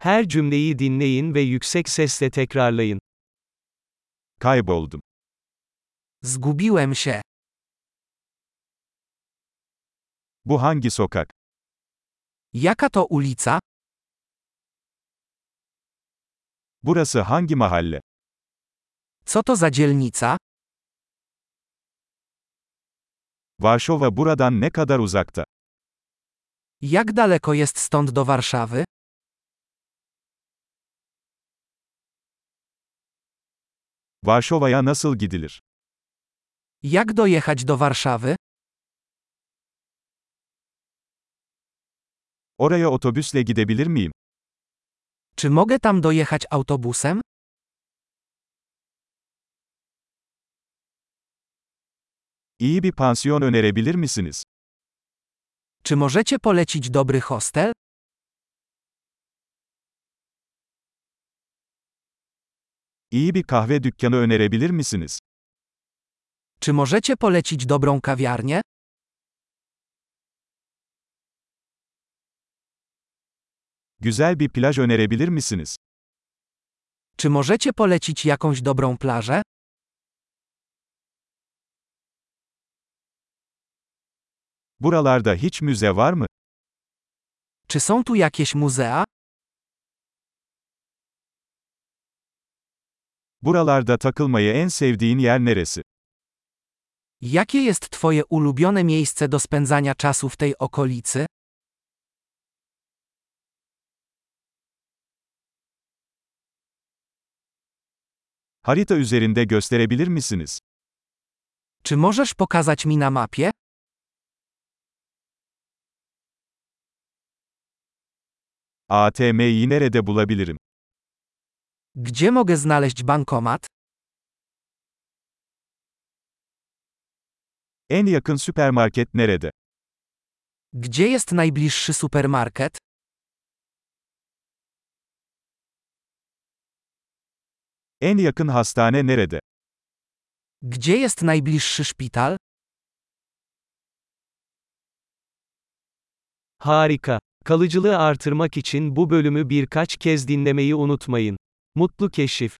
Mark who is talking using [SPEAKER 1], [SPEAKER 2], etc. [SPEAKER 1] Her cümleyi dinleyin ve yüksek sesle tekrarlayın.
[SPEAKER 2] Kayboldum.
[SPEAKER 3] Zgubiłem się.
[SPEAKER 2] Bu hangi sokak?
[SPEAKER 3] Jaka to ulica?
[SPEAKER 2] Burası hangi mahalle?
[SPEAKER 3] Co to za dzielnica?
[SPEAKER 2] Varşova buradan ne kadar uzakta?
[SPEAKER 3] Jak daleko jest stąd do Warszawy?
[SPEAKER 2] Varşova'ya nasıl gidilir?
[SPEAKER 3] Jak dojechać do Warszawy?
[SPEAKER 2] Oraya otobüsle gidebilir miyim?
[SPEAKER 3] Czy mogę tam dojechać autobusem?
[SPEAKER 2] İyi bir pansiyon önerebilir misiniz?
[SPEAKER 3] Czy możecie polecić dobry hostel?
[SPEAKER 2] İyi bir kahve dükkanı önerebilir misiniz?
[SPEAKER 3] Czy możecie polecić dobrą kawiarnię?
[SPEAKER 2] Güzel bir plaj önerebilir misiniz?
[SPEAKER 3] Czy możecie polecić jakąś dobrą plażę?
[SPEAKER 2] Buralarda hiç müze var mı?
[SPEAKER 3] Czy są tu jakieś muzea?
[SPEAKER 2] Buralarda takılmayı en sevdiğin yer neresi?
[SPEAKER 3] Jakie jest Twoje ulubione miejsce do spędzania czasu w tej okolicy?
[SPEAKER 2] Harita üzerinde gösterebilir misiniz?
[SPEAKER 3] Czy możesz pokazać mi na mapie?
[SPEAKER 2] ATM'yi nerede bulabilirim?
[SPEAKER 3] Gdzie mogę znaleźć bankomat?
[SPEAKER 2] En yakın süpermarket nerede?
[SPEAKER 3] Gdzie jest najbliższy supermarket?
[SPEAKER 2] En yakın hastane nerede?
[SPEAKER 3] Gdzie jest najbliższy szpital?
[SPEAKER 1] Harika. Kalıcılığı artırmak için bu bölümü birkaç kez dinlemeyi unutmayın. Mutlu keşif.